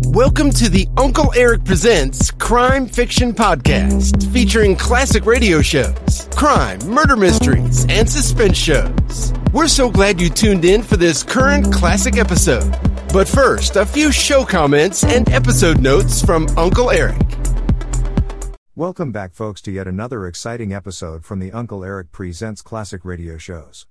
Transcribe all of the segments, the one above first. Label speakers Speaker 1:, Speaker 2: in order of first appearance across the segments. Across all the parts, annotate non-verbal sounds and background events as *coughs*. Speaker 1: Welcome to the Uncle Eric Presents Crime Fiction Podcast, featuring classic radio shows, crime, murder mysteries, and suspense shows. We're so glad you tuned in for this current classic episode. But first, a few show comments and episode notes from Uncle Eric.
Speaker 2: Welcome back, folks, to yet another exciting episode from the Uncle Eric Presents Classic Radio Shows.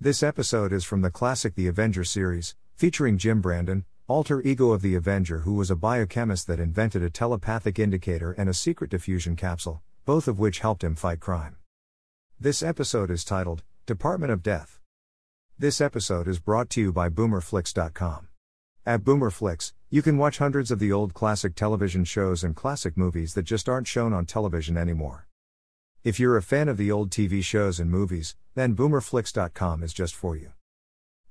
Speaker 2: This episode is from the classic The Avenger series, featuring Jim Brandon, alter ego of the Avenger, who was a biochemist that invented a telepathic indicator and a secret diffusion capsule, both of which helped him fight crime. This episode is titled Department of Death. This episode is brought to you by BoomerFlix.com. At BoomerFlix, you can watch hundreds of the old classic television shows and classic movies that just aren't shown on television anymore. If you're a fan of the old TV shows and movies, then boomerflix.com is just for you.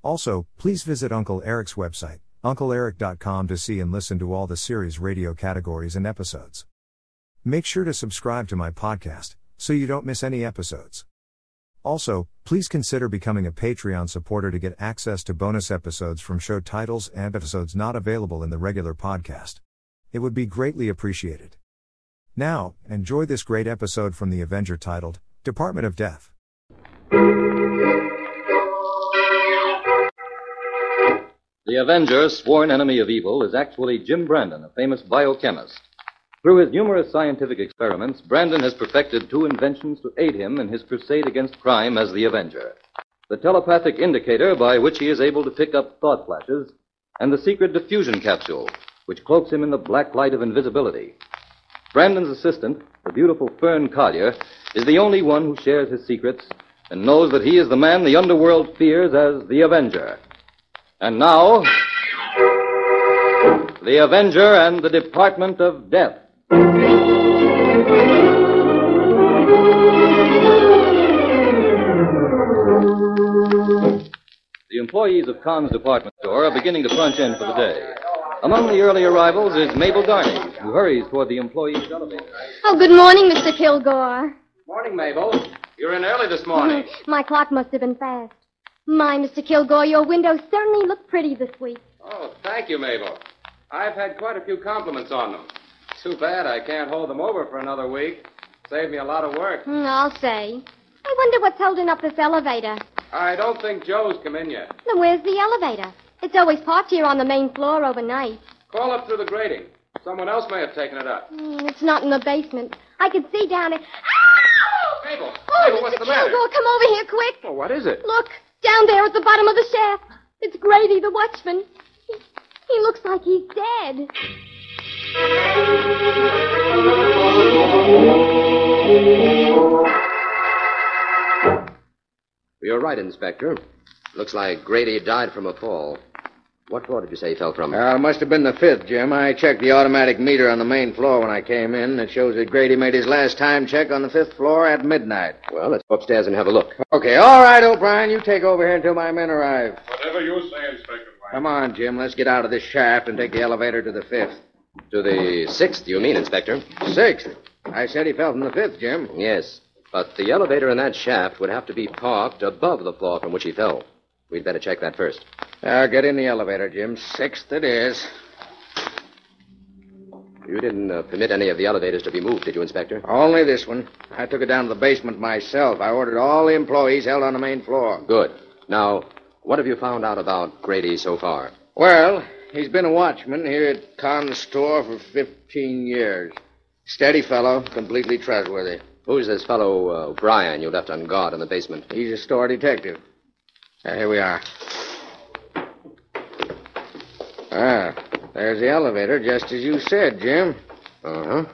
Speaker 2: Also, please visit Uncle Eric's website, uncleeric.com to see and listen to all the series radio categories and episodes. Make sure to subscribe to my podcast so you don't miss any episodes. Also, please consider becoming a Patreon supporter to get access to bonus episodes from show titles and episodes not available in the regular podcast. It would be greatly appreciated. Now, enjoy this great episode from The Avenger titled Department of Death.
Speaker 3: The Avenger, sworn enemy of evil, is actually Jim Brandon, a famous biochemist. Through his numerous scientific experiments, Brandon has perfected two inventions to aid him in his crusade against crime as the Avenger the telepathic indicator by which he is able to pick up thought flashes, and the secret diffusion capsule, which cloaks him in the black light of invisibility. Brandon's assistant, the beautiful Fern Collier, is the only one who shares his secrets and knows that he is the man the underworld fears as the Avenger. And now, The Avenger and the Department of Death. The employees of Kahn's department store are beginning to punch in for the day. Among the early arrivals is Mabel Darning, who hurries toward the employees' elevator.
Speaker 4: Oh, good morning, Mr. Kilgore. *laughs*
Speaker 5: Morning, Mabel. You're in early this morning.
Speaker 4: My clock must have been fast. My, Mr. Kilgore, your windows certainly look pretty this week.
Speaker 5: Oh, thank you, Mabel. I've had quite a few compliments on them. Too bad I can't hold them over for another week. Saved me a lot of work.
Speaker 4: Hmm, I'll say. I wonder what's holding up this elevator.
Speaker 5: I don't think Joe's come in yet.
Speaker 4: Then where's the elevator? It's always parked here on the main floor overnight.
Speaker 5: Call up through the grating. Someone else may have taken it up.
Speaker 4: Hmm, it's not in the basement. I can see down it.
Speaker 5: Mabel,
Speaker 4: Oh,
Speaker 5: Mabel,
Speaker 4: Mr.
Speaker 5: what's the matter?
Speaker 4: Kilgore, come over here quick.
Speaker 5: Well, Oh, what is it?
Speaker 4: Look, down there at the bottom of the shaft. It's Grady, the watchman. He, he looks like he's dead.
Speaker 6: You're right, Inspector. Looks like Grady died from a fall. What floor did you say he fell from?
Speaker 7: Well, it Uh, must have been the fifth, Jim. I checked the automatic meter on the main floor when I came in. It shows that Grady made his last time check on the fifth floor at midnight.
Speaker 6: well, let's go upstairs and have a look.
Speaker 7: Okay, all right, O'Brien, you take over here until my men arrive.
Speaker 8: Whatever you say, Inspector White.
Speaker 7: Come on, Jim, let's get out of this shaft and take the elevator to the fifth.
Speaker 6: To the sixth, you mean, Inspector?
Speaker 7: Sixth. I said he fell from the fifth, Jim.
Speaker 6: Yes. But the elevator in that shaft would have to be parked above the floor from which he fell. We'd better check that first.
Speaker 7: Now, Uh, get in the elevator, Jim. Sixth it is.
Speaker 6: You didn't uh, permit any of the elevators to be moved, did you, Inspector?
Speaker 7: Only this one. I took it down to the basement myself. I ordered all the employees held on the main floor.
Speaker 6: Good. Now, what have you found out about Grady so far?
Speaker 7: Well, he's been a watchman here at Con's store for 15 years. Steady fellow, completely trustworthy.
Speaker 6: Who's this fellow uh, Brian you left on guard in the basement?
Speaker 7: He's a store detective. Uh, here we are. Ah, there's the elevator, just as you said, Jim.
Speaker 6: Uh huh.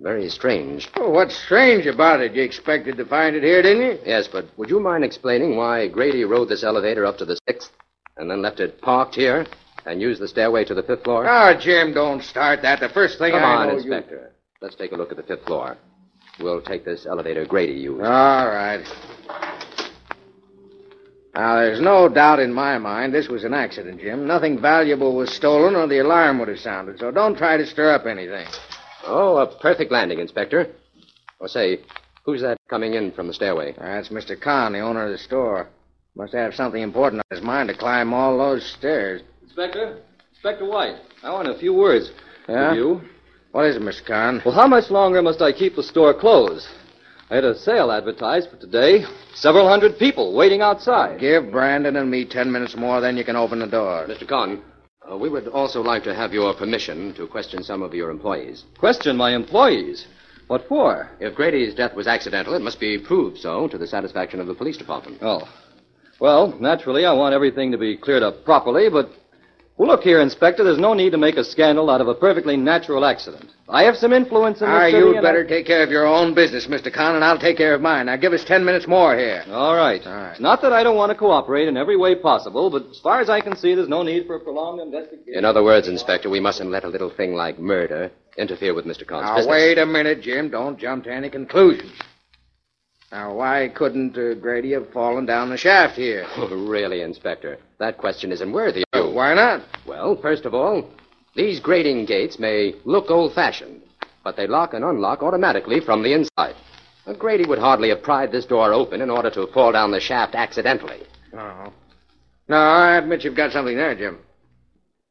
Speaker 6: Very strange.
Speaker 7: Oh, what's strange about it? You expected to find it here, didn't you?
Speaker 6: Yes, but would you mind explaining why Grady rode this elevator up to the sixth and then left it parked here and used the stairway to the fifth floor?
Speaker 7: Oh, Jim, don't start that. The first thing
Speaker 6: Come
Speaker 7: I
Speaker 6: on,
Speaker 7: know, you-
Speaker 6: Inspector. Let's take a look at the fifth floor. We'll take this elevator Grady used.
Speaker 7: All right. Now, there's no doubt in my mind this was an accident, Jim. Nothing valuable was stolen or the alarm would have sounded, so don't try to stir up anything.
Speaker 6: Oh, a perfect landing, Inspector. Oh, say, who's that coming in from the stairway?
Speaker 7: That's Mr. Kahn, the owner of the store. Must have something important on his mind to climb all those stairs.
Speaker 5: Inspector?
Speaker 6: Inspector White, I want a few words
Speaker 9: Yeah?
Speaker 6: with you.
Speaker 9: What is it, Mr. Carn?
Speaker 6: Well, how much longer must I keep the store closed? I had a sale advertised for today. Several hundred people waiting outside.
Speaker 9: Give Brandon and me ten minutes more, then you can open the door.
Speaker 7: Mr. Conn, uh, we would also like to have your permission to question some of your employees.
Speaker 6: Question my employees. What for?
Speaker 7: If Grady's death was accidental, it must be proved so to the satisfaction of the police department.
Speaker 6: Oh. Well, naturally, I want everything to be cleared up properly, but. Well, look here, Inspector. There's no need to make a scandal out of a perfectly natural accident. I have some influence in this
Speaker 9: Ah,
Speaker 6: city.
Speaker 9: you'd
Speaker 6: and I-
Speaker 9: better take care of your own business, Mr. Conn, and I'll take care of mine. Now give us ten minutes more here.
Speaker 6: *laughs* All right.
Speaker 9: All right.
Speaker 6: It's not that I don't want to cooperate in every way possible, but as far as I can see, there's no need for a prolonged investigation.
Speaker 7: In other words, Inspector, we mustn't let a little thing like murder interfere with Mr. Conn's
Speaker 9: Now,
Speaker 7: business.
Speaker 9: wait a minute, Jim. Don't jump to any conclusions. Now, why couldn't uh, Grady have fallen down the shaft here?
Speaker 7: *laughs* Oh, really, Inspector? That question isn't worthy of you.
Speaker 9: Why not?
Speaker 7: Well, first of all, these grating gates may look old fashioned, but they lock and unlock automatically from the inside. A Grady would hardly have pried this door open in order to fall down the shaft accidentally.
Speaker 9: No. No, I admit you've got something there, Jim.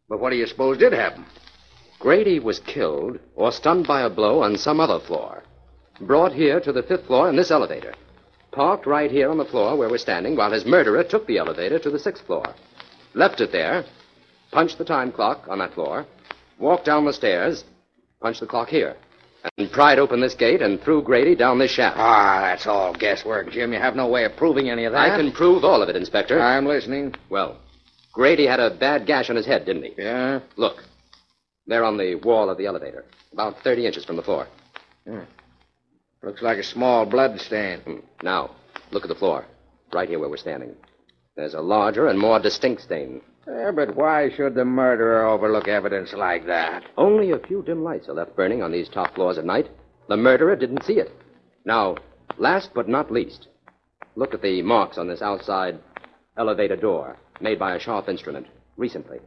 Speaker 9: But what do you suppose did happen?
Speaker 7: Grady was killed or stunned by a blow on some other floor. Brought here to the fifth floor in this elevator. Parked right here on the floor where we're standing while his murderer took the elevator to the sixth floor. Left it there, punched the time clock on that floor, walked down the stairs, punched the clock here, and pried open this gate and threw Grady down this shaft.
Speaker 9: Ah, that's all guesswork, Jim. You have no way of proving any of
Speaker 7: I
Speaker 9: that.
Speaker 7: can prove all of it, Inspector.
Speaker 9: I'm listening.
Speaker 7: Well, Grady had a bad gash on his head, didn't he?
Speaker 9: Yeah.
Speaker 7: Look, they're on the wall of the elevator, about 30 inches from the floor.
Speaker 9: Looks like a small blood stain.
Speaker 7: Hmm. Now, look at the floor, right here where we're standing. There's a larger and more distinct stain.
Speaker 9: Yeah, but why should the murderer overlook evidence like that?
Speaker 7: Only a few dim lights are left burning on these top floors at night. The murderer didn't see it. Now, last but not least, look at the marks on this outside elevator door made by a sharp instrument recently.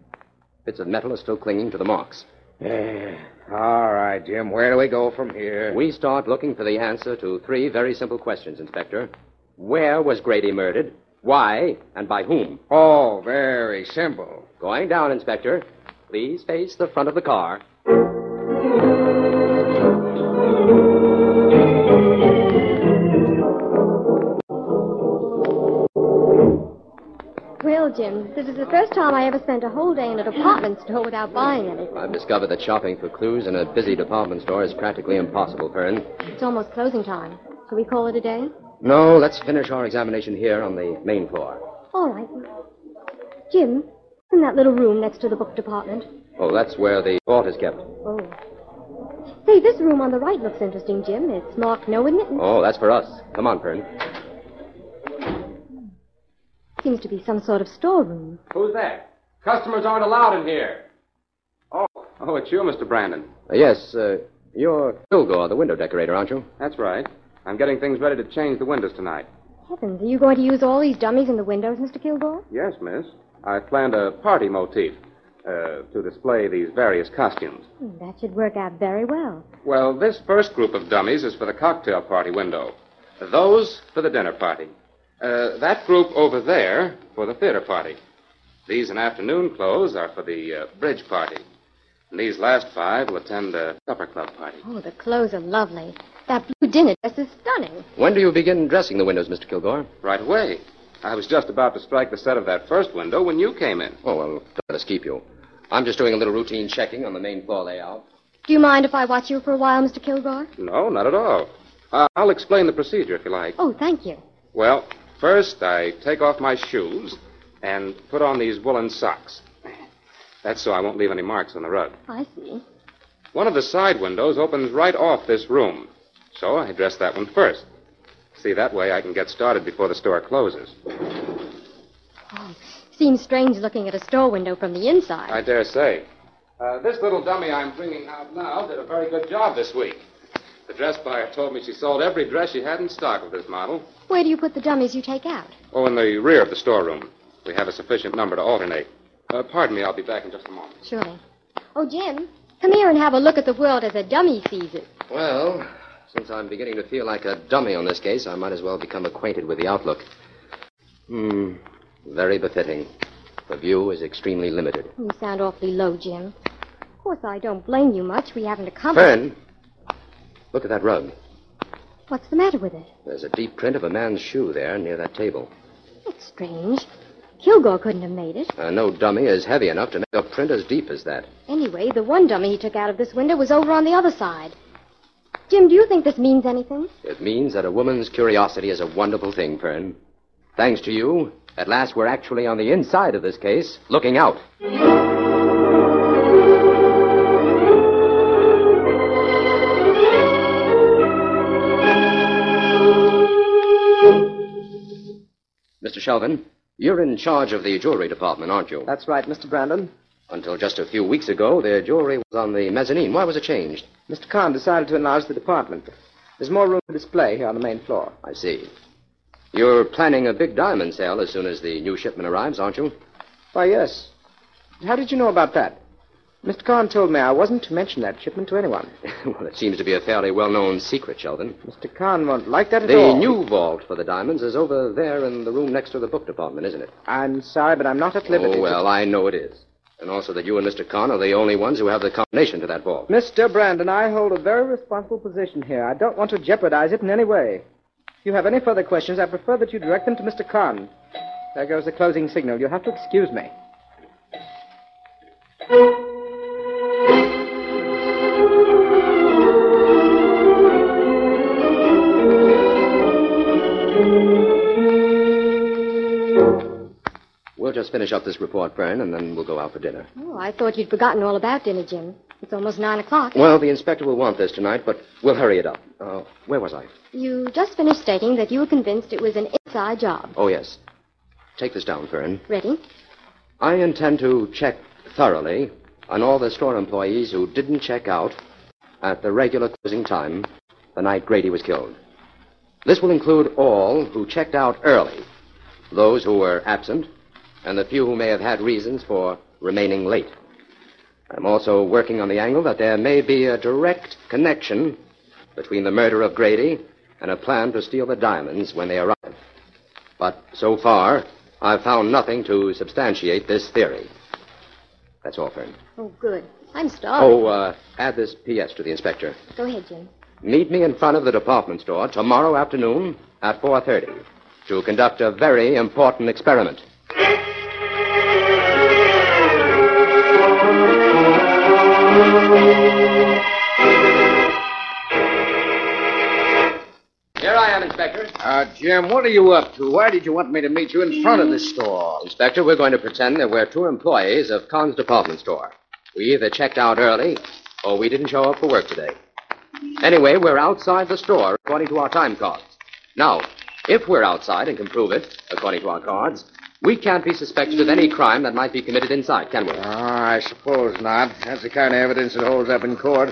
Speaker 7: Bits of metal are still clinging to the marks.
Speaker 5: Eh,
Speaker 9: All right, Jim. Where do we go from here?
Speaker 7: We start looking for the answer to three very simple questions, Inspector. Where was Grady murdered? Why? And by whom?
Speaker 9: Oh, very simple.
Speaker 7: Going down, Inspector. Please face the front of the car.
Speaker 4: Well, Jim, this is the first time I ever spent a whole day in a department store without buying anything.
Speaker 7: I've discovered that shopping for clues in a busy department store is practically impossible, Pern.
Speaker 4: It's almost closing time. Shall we call it a day?
Speaker 7: No, let's finish our examination here on the main floor.
Speaker 4: All right. Jim, in that little room next to the book department.
Speaker 7: Oh, that's where the vault is kept.
Speaker 4: Oh. Say, this room on the right looks interesting, Jim. It's marked no admittance.
Speaker 7: Oh, that's for us. Come on, Pern.
Speaker 4: Seems to be some sort of storeroom.
Speaker 5: Who's that? Customers aren't allowed in here. Oh, oh, it's you, Mr. Brandon.
Speaker 7: Uh, yes, uh, you're Kilgore, the window decorator, aren't you?
Speaker 5: That's right. I'm getting things ready to change the windows tonight.
Speaker 4: Heavens, are you going to use all these dummies in the windows, Mr. Kilgore?
Speaker 5: Yes, miss. I planned a party motif uh, to display these various costumes.
Speaker 4: Hmm, that should work out very well.
Speaker 5: Well, this first group of dummies is for the cocktail party window. Those for the dinner party. Uh, that group over there for the theater party. These in afternoon clothes are for the uh, bridge party. And these last five will attend the supper club party.
Speaker 4: Oh, the clothes are lovely. That blue dinner dress is stunning.
Speaker 7: When do you begin dressing the windows, Mr. Kilgore?
Speaker 5: Right away. I was just about to strike the set of that first window when you came in.
Speaker 7: Oh, well, don't let us keep you. I'm just doing a little routine checking on the main floor layout.
Speaker 4: Do you mind if I watch you for a while, Mr. Kilgore?
Speaker 5: No, not at all. Uh, I'll explain the procedure if you like.
Speaker 4: Oh, thank you.
Speaker 5: Well, first I take off my shoes and put on these woolen socks. That's so I won't leave any marks on the rug.
Speaker 4: I see.
Speaker 5: One of the side windows opens right off this room, so I dress that one first. See, that way I can get started before the store closes.
Speaker 4: Seems strange looking at a store window from the inside.
Speaker 5: I dare say. Uh, this little dummy I'm bringing out now did a very good job this week. The dress buyer told me she sold every dress she had in stock of this model.
Speaker 4: Where do you put the dummies you take out?
Speaker 5: Oh, in the rear of the storeroom. We have a sufficient number to alternate. Uh, pardon me, I'll be back in just a moment.
Speaker 4: Surely. Oh, Jim, come here and have a look at the world as a dummy sees it.
Speaker 7: Well, since I'm beginning to feel like a dummy on this case, I might as well become acquainted with the outlook. Hmm, very befitting. The view is extremely limited.
Speaker 4: You sound awfully low, Jim. Of course, I don't blame you much. We haven't accomplished.
Speaker 7: Fern, look at that rug.
Speaker 4: What's the matter with it?
Speaker 7: There's a deep print of a man's shoe there near that table.
Speaker 4: That's strange. Kilgore couldn't have made it.
Speaker 7: Uh, no dummy is heavy enough to make a print as deep as that.
Speaker 4: Anyway, the one dummy he took out of this window was over on the other side. Jim, do you think this means anything?
Speaker 7: It means that a woman's curiosity is a wonderful thing, Fern. Thanks to you, at last we're actually on the inside of this case, looking out. Mr. Shelvin, you're in charge of the jewelry department, aren't you?
Speaker 10: That's right, Mr. Brandon.
Speaker 7: Until just a few weeks ago, their jewelry was on the mezzanine. Why was it changed?
Speaker 10: Mr. Kahn decided to enlarge the department. There's more room to display here on the main floor.
Speaker 7: I see. You're planning a big diamond sale as soon as the new shipment arrives, aren't you? *laughs*
Speaker 10: Why, yes. How did you know about that? Mr. Kahn told me I wasn't to mention that shipment to anyone.
Speaker 7: well, it seems to be a fairly well known secret, Sheldon.
Speaker 10: Mr. Kahn won't like that at
Speaker 7: The
Speaker 10: all.
Speaker 7: new vault for the diamonds is over there in the room next to the book department, isn't it?
Speaker 10: I'm sorry, but I'm not at liberty.
Speaker 7: oh,
Speaker 10: to-
Speaker 7: well, I know it is. And also that you and Mr. Conn are the only ones who have the combination to that vault.
Speaker 10: Mr. Brandon, I hold a very responsible position here. I don't want to jeopardize it in any way. If you have any further questions, I prefer that you direct them to Mr. Kahn. There goes the closing signal. You'll have to excuse me.
Speaker 7: We'll just finish up this report, Fern, and then we'll go out for dinner.
Speaker 4: Oh, I thought you'd forgotten all about dinner, Jim. It's almost nine o'clock.
Speaker 7: Well, the inspector will want this tonight, but we'll hurry it up. Uh, where was I?
Speaker 4: You just finished stating that you were convinced it was an inside job.
Speaker 7: Oh, yes. Take this down, Fern.
Speaker 4: Ready?
Speaker 7: I intend to check thoroughly on all the store employees who didn't check out at the regular closing time the night Grady was killed. This will include all who checked out early, those who were absent, and the few who may have had reasons for remaining late. I'm also working on the angle that there may be a direct connection between the murder of Grady and a plan to steal the diamonds when they arrive. But so far, I've found nothing to substantiate this theory. That's all, Fern.
Speaker 4: Oh, good. I'm starving.
Speaker 7: Oh, uh, add this P.S. to the inspector.
Speaker 4: Go ahead, Jim.
Speaker 7: Meet me in front of the department store tomorrow afternoon at 4.30 to conduct a very important experiment. Here I am, Inspector.
Speaker 9: Uh, Jim, what are you up to? Why did you want me to meet you in front of the store?
Speaker 7: Inspector, we're going to pretend that we're two employees of Con's department store. We either checked out early or we didn't show up for work today. Anyway, we're outside the store according to our time cards. Now, if we're outside and can prove it, according to our cards, we can't be suspected of any crime that might be committed inside, can we?
Speaker 9: Oh, I suppose not. That's the kind of evidence that holds up in court.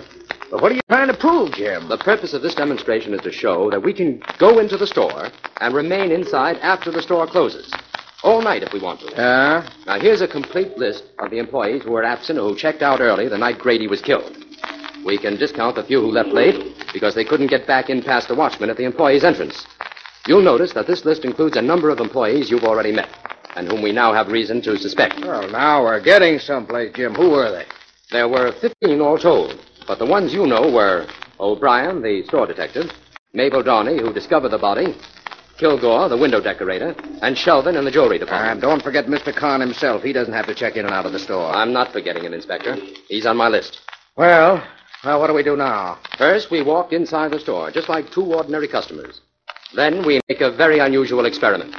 Speaker 9: But what are you trying to prove, Jim?
Speaker 7: The purpose of this demonstration is to show that we can go into the store and remain inside after the store closes. All night if we want to.
Speaker 9: Uh,
Speaker 7: Now, here's a complete list of the employees who were absent or who checked out early the night Grady was killed. We can discount the few who left late because they couldn't get back in past the watchman at the employee's entrance. You'll notice that this list includes a number of employees you've already met and whom we now have reason to suspect.
Speaker 9: well, now we're getting someplace, Jim. Who were they?
Speaker 7: There were 15 all told, but the ones you know were O'Brien, the store detective, Mabel Darney, who discovered the body, Kilgore, the window decorator, and Shelvin in the jewelry
Speaker 9: And
Speaker 7: department.
Speaker 9: Ah, don't forget Mr. Kahn himself. He doesn't have to check in and out of the store.
Speaker 7: I'm not forgetting him, Inspector. He's on my list.
Speaker 9: Well, well, what do we do now?
Speaker 7: First, we walk inside the store, just like two ordinary customers. Then we make a very unusual experiment.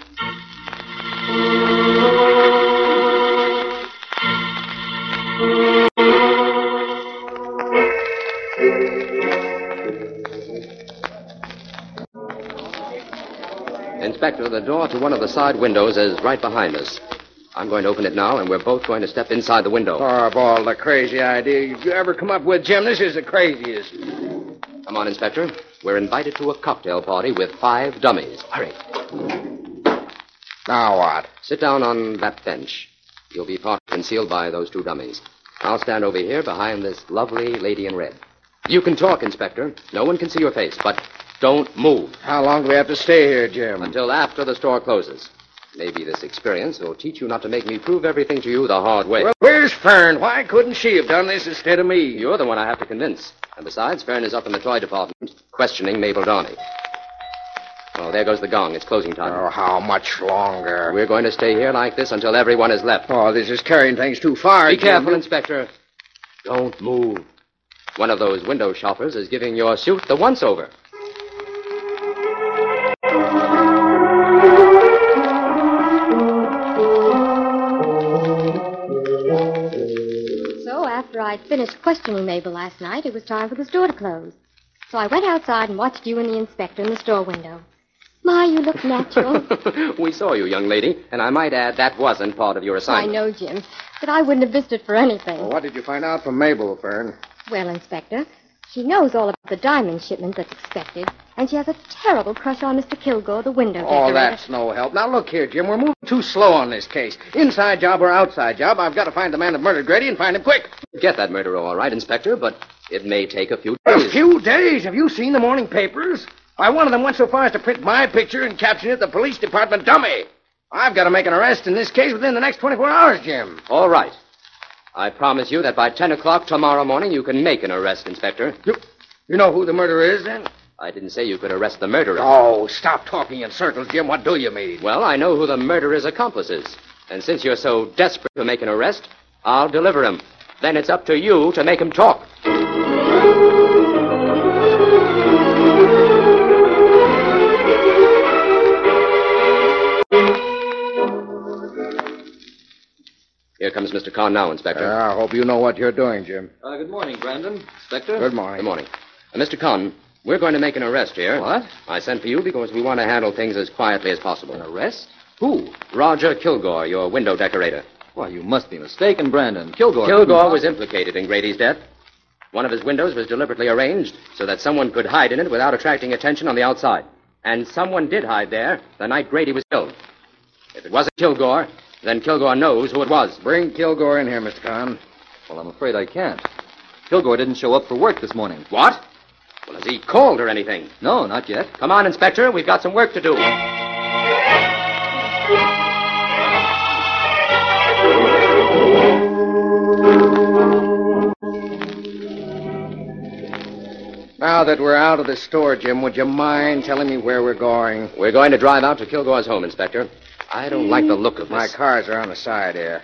Speaker 7: Inspector, the door to one of the side windows is right behind us. I'm going to open it now, and we're both going to step inside the window.
Speaker 9: Oh, of all the crazy idea you ever come up with, Jim, this is the craziest.
Speaker 7: Come on, Inspector. We're invited to a cocktail party with five dummies. Hurry.
Speaker 9: Now what?
Speaker 7: Sit down on that bench. You'll be partly concealed by those two dummies. I'll stand over here behind this lovely lady in red. You can talk, Inspector. No one can see your face, but don't move
Speaker 9: How long do we have to stay here, Jim?
Speaker 7: until after the store closes. Maybe this experience will teach you not to make me prove everything to you the hard way.
Speaker 9: Well, where's Fern? Why couldn't she have done this instead of me?
Speaker 7: You're the one I have to convince. And besides, Fern is up in the toy department questioning Mabel Darnay. Oh, there goes the gong. It's closing time.
Speaker 9: Oh, how much longer?
Speaker 7: We're going to stay here like this until everyone is left.
Speaker 9: Oh, this is carrying things too far.
Speaker 7: Be
Speaker 9: Jim.
Speaker 7: careful, Inspector. Don't move. One of those window shoppers is giving your suit the once over.
Speaker 4: So after I'd finished questioning Mabel last night, it was time for the store to close. So I went outside and watched you and the inspector in the store window. My, you
Speaker 7: *laughs*
Speaker 4: look natural.
Speaker 7: *laughs* we saw you, young lady, and I might add that wasn't part of your
Speaker 4: I
Speaker 7: assignment.
Speaker 4: know, Jim, but I wouldn't have missed it for anything.
Speaker 9: Well, what did you find out from Mabel, Fern?
Speaker 4: Well, Inspector, she knows all about the diamond shipment that's expected, and she has a terrible crush on Mr. Kilgore, the window
Speaker 9: Oh,
Speaker 4: decorator.
Speaker 9: that's no help. Now, look here, Jim. We're moving too slow on this case. Inside job or outside job, I've got to find the man that murdered Grady and find him quick.
Speaker 7: Get that murderer, all right, Inspector, but it may take a few
Speaker 9: A
Speaker 7: days.
Speaker 9: *coughs* few days. Have you seen the morning papers? Why, one of them went so far as to print my picture and caption it the police department dummy. I've got to make an arrest in this case within the next 24 hours, Jim.
Speaker 7: All right. I promise you that by 10 o'clock tomorrow morning, you can make an arrest, Inspector.
Speaker 9: You, you know who the murderer is, then?
Speaker 7: I didn't say you could arrest the murderer.
Speaker 9: Oh, stop talking in circles, Jim. What do you mean?
Speaker 7: Well, I know who the murderer's accomplice is. And since you're so desperate to make an arrest, I'll deliver him. Then it's up to you to make him talk. Here comes Mr. Kahn now, Inspector.
Speaker 9: I hope you know what you're doing, Jim.
Speaker 6: Uh, good morning, Brandon. Inspector?
Speaker 9: Good morning.
Speaker 7: Good morning. Uh, Mr. Conn, we're going to make an arrest here.
Speaker 6: What?
Speaker 7: I sent for you because we want to handle things as quietly as possible. An arrest? Who? Roger Kilgore, your window decorator.
Speaker 6: Why, you must be mistaken, Brandon. Kilgore.
Speaker 7: Kilgore was implicated in Grady's death. One of his windows was deliberately arranged so that someone could hide in it without attracting attention on the outside. And someone did hide there the night Grady was killed. If it wasn't Kilgore, then Kilgore knows who it was.
Speaker 9: Bring Kilgore in here, Mr. Kahn.
Speaker 6: Well, I'm afraid I can't. Kilgore didn't show up for work this morning.
Speaker 7: What? Well, has he called or anything?
Speaker 6: No, not yet.
Speaker 7: Come on, Inspector. We've got some work to do.
Speaker 9: Now that we're out of the store, Jim, would you mind telling me where we're going?
Speaker 7: We're going to drive out to Kilgore's home, Inspector. I don't like the look of this.
Speaker 9: My cars are on the side here.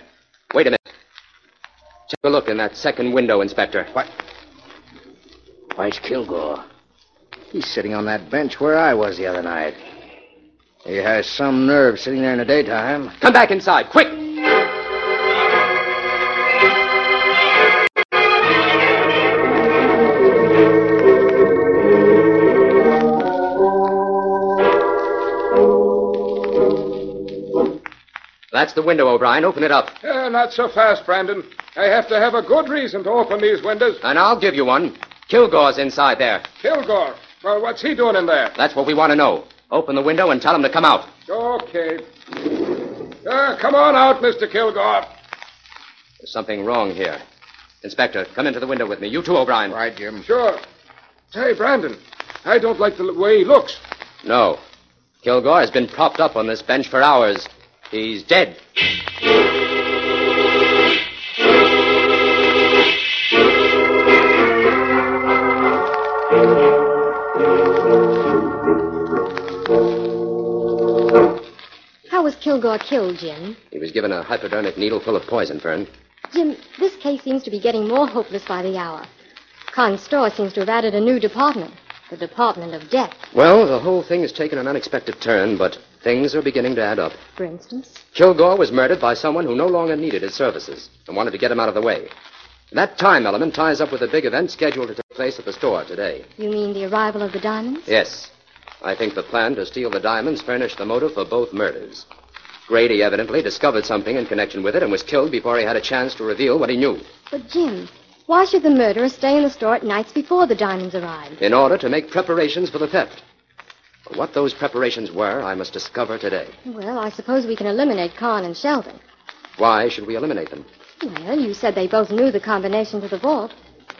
Speaker 7: Wait a minute. Take a look in that second window, Inspector.
Speaker 9: What? Where's Kilgore? He's sitting on that bench where I was the other night. He has some nerve sitting there in the daytime.
Speaker 7: Come back inside, quick! That's the window, O'Brien. Open it up.
Speaker 8: Eh, not so fast, Brandon. I have to have a good reason to open these windows.
Speaker 7: And I'll give you one. Kilgore's inside there.
Speaker 8: Kilgore. Well, what's he doing in there?
Speaker 7: That's what we want to know. Open the window and tell him to come out.
Speaker 8: Okay. Uh, come on out, Mr. Kilgore.
Speaker 7: There's something wrong here. Inspector, come into the window with me. You too, O'Brien.
Speaker 9: Right, Jim.
Speaker 8: Sure. Say, Brandon, I don't like the way he looks.
Speaker 7: No. Kilgore has been propped up on this bench for hours. He's dead.
Speaker 4: How was Kilgore killed, Jim?
Speaker 7: He was given a hypodermic needle full of poison, Fern.
Speaker 4: Jim, this case seems to be getting more hopeless by the hour. Con's store seems to have added a new department, the Department of Death,
Speaker 7: Well, the whole thing has taken an unexpected turn, but things are beginning to add up.
Speaker 4: for instance.
Speaker 7: Kilgore was murdered by someone who no longer needed his services and wanted to get him out of the way. That time element ties up with a big event scheduled to take place at the store today.
Speaker 4: You mean the arrival of the diamonds?
Speaker 7: Yes. I think the plan to steal the diamonds furnished the motive for both murders. Grady evidently discovered something in connection with it and was killed before he had a chance to reveal what he knew.
Speaker 4: But, Jim, why should the murderer stay in the store at nights before the diamonds arrived?
Speaker 7: in order to make preparations for the theft. But what those preparations were, I must discover today.
Speaker 4: Well, I suppose we can eliminate Con and Sheldon.
Speaker 7: Why should we eliminate them?
Speaker 4: Well, you said they both knew the combination to the vault.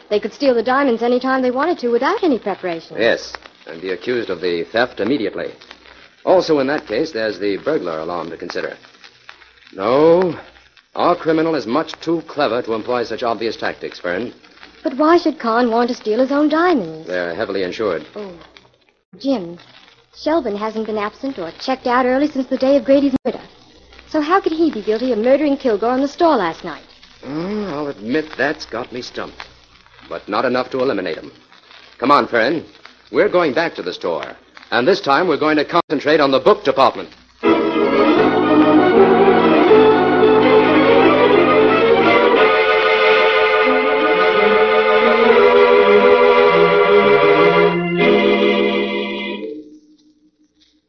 Speaker 4: They could steal the diamonds any time they wanted to without any preparation.
Speaker 7: Yes, and be accused of the theft immediately. Also, in that case, there's the burglar alarm to consider. No, our criminal is much too clever to employ such obvious tactics, Fern.
Speaker 4: But why should Con want to steal his own diamonds?
Speaker 7: They're heavily insured.
Speaker 4: Oh, Jim, Shelburne hasn't been absent or checked out early since the day of Grady's murder. So how could he be guilty of murdering Kilgore in the store last night?
Speaker 7: Mm, I'll admit that's got me stumped, but not enough to eliminate him. Come on, Fern. We're going back to the store, and this time we're going to concentrate on the book department.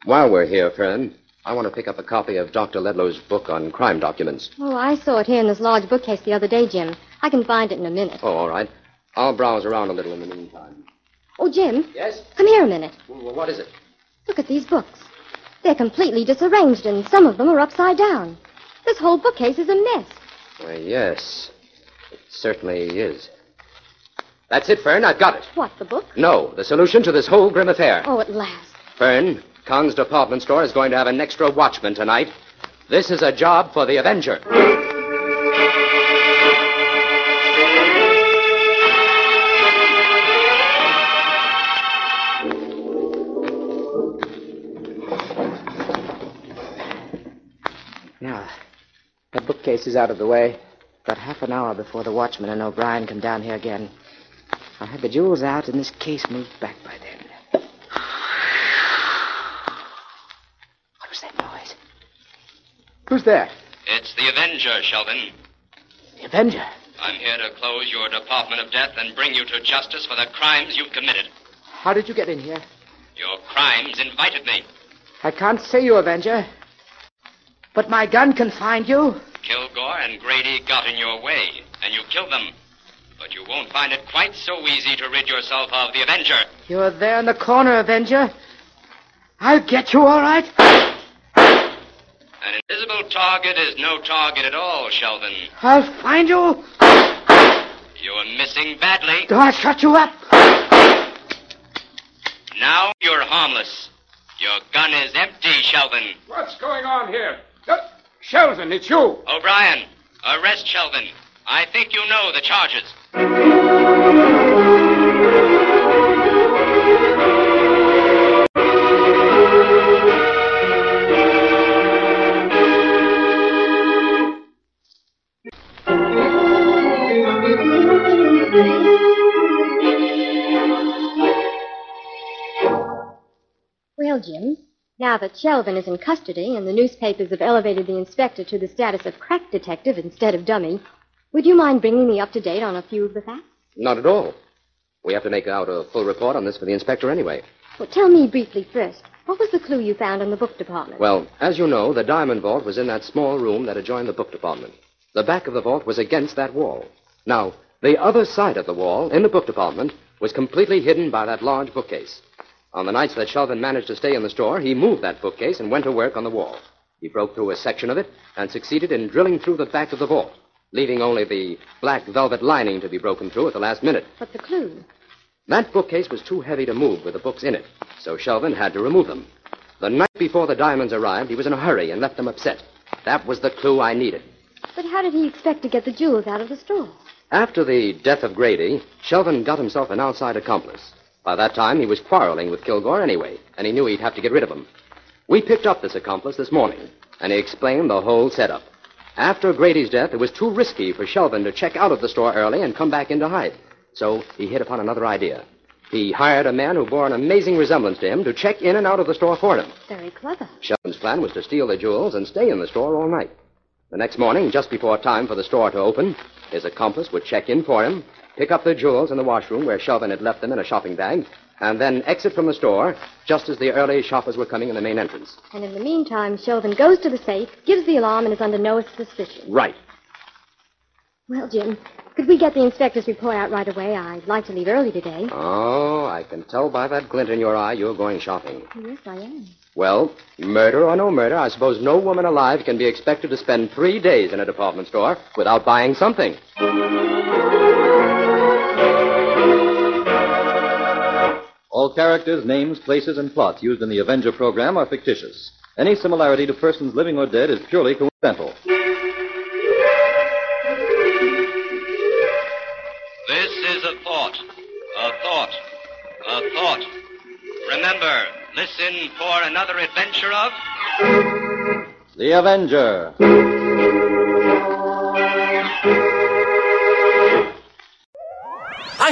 Speaker 7: While we're here, Fern, I want to pick up a copy of Dr. Ledlow's book on crime documents.
Speaker 4: Oh, I saw it here in this large bookcase the other day, Jim. I can find it in a minute.
Speaker 7: Oh, all right. I'll browse around a little in the meantime.
Speaker 4: Oh, Jim.
Speaker 7: Yes?
Speaker 4: Come here a minute.
Speaker 7: Well, what is it?
Speaker 4: Look at these books. They're completely disarranged, and some of them are upside down. This whole bookcase is a mess.
Speaker 7: Well, yes, it certainly is. That's it, Fern. I've got it.
Speaker 4: What, the book?
Speaker 7: No, the solution to this whole grim affair.
Speaker 4: Oh, at last.
Speaker 7: Fern, Con's department store is going to have an extra watchman tonight. This is a job for the Avenger.
Speaker 11: Now, that bookcase is out of the way. About half an hour before the watchman and O'Brien come down here again. I'll have the jewels out and this case moved back by then. What was that noise?
Speaker 10: Who's there?
Speaker 12: It's the Avenger, Sheldon.
Speaker 11: The Avenger.
Speaker 12: I'm here to close your Department of Death and bring you to justice for the crimes you've committed.
Speaker 11: How did you get in here?
Speaker 12: Your crimes invited me.
Speaker 11: I can't see you, Avenger. But my gun can find you.
Speaker 12: Kilgore and Grady got in your way, and you killed them. But you won't find it quite so easy to rid yourself of the Avenger.
Speaker 11: You're there in the corner, Avenger. I'll get you, all right?
Speaker 12: An invisible target is no target at all, Sheldon.
Speaker 11: I'll find you.
Speaker 12: You're missing badly.
Speaker 11: I'll shut you up.
Speaker 12: Now you're harmless. Your gun is empty, Sheldon.
Speaker 8: What's going on here? Uh, Sheldon, it's you.
Speaker 12: O'Brien, arrest Sheldon. I think you know the charges.
Speaker 4: Well, Jim, now that Sheldon is in custody and the newspapers have elevated the inspector to the status of crack detective instead of dummy, would you mind bringing me up to date on a few of the facts?
Speaker 7: Not at all. We have to make out a full report on this for the inspector anyway.
Speaker 4: Well, tell me briefly first, what was the clue you found in the book department?
Speaker 7: Well, as you know, the diamond vault was in that small room that adjoined the book department. The back of the vault was against that wall. Now, the other side of the wall, in the book department, was completely hidden by that large bookcase. On the nights that Sheldon managed to stay in the store, he moved that bookcase and went to work on the wall. He broke through a section of it and succeeded in drilling through the back of the vault, leaving only the black velvet lining to be broken through at the last minute.
Speaker 4: But the clue?
Speaker 7: That bookcase was too heavy to move with the books in it, so Sheldon had to remove them. The night before the diamonds arrived, he was in a hurry and left them upset. That was the clue I needed.
Speaker 4: But how did he expect to get the jewels out of the store?
Speaker 7: After the death of Grady, Sheldon got himself an outside accomplice. By that time, he was quarreling with Kilgore anyway, and he knew he'd have to get rid of him. We picked up this accomplice this morning, and he explained the whole setup. After Grady's death, it was too risky for Sheldon to check out of the store early and come back in to hide. So he hit upon another idea. He hired a man who bore an amazing resemblance to him to check in and out of the store for him.
Speaker 4: Very clever.
Speaker 7: Sheldon's plan was to steal the jewels and stay in the store all night. The next morning, just before time for the store to open, his accomplice would check in for him, pick up the jewels in the washroom where Sheldon had left them in a shopping bag, and then exit from the store just as the early shoppers were coming in the main entrance.
Speaker 4: And in the meantime, Sheldon goes to the safe, gives the alarm, and is under no suspicion.
Speaker 7: Right.
Speaker 4: Well, Jim, could we get the inspector's report out right away? I'd like to leave early today.
Speaker 7: Oh, I can tell by that glint in your eye you're going shopping.
Speaker 4: Yes, I am.
Speaker 7: Well, murder or no murder, I suppose no woman alive can be expected to spend three days in a department store without buying something. All characters, names, places, and plots used in the Avenger program are fictitious. Any similarity to persons living or dead is purely coincidental.
Speaker 6: This is a thought. A thought. A thought. Remember, listen for another adventure of.
Speaker 7: The Avenger.
Speaker 1: I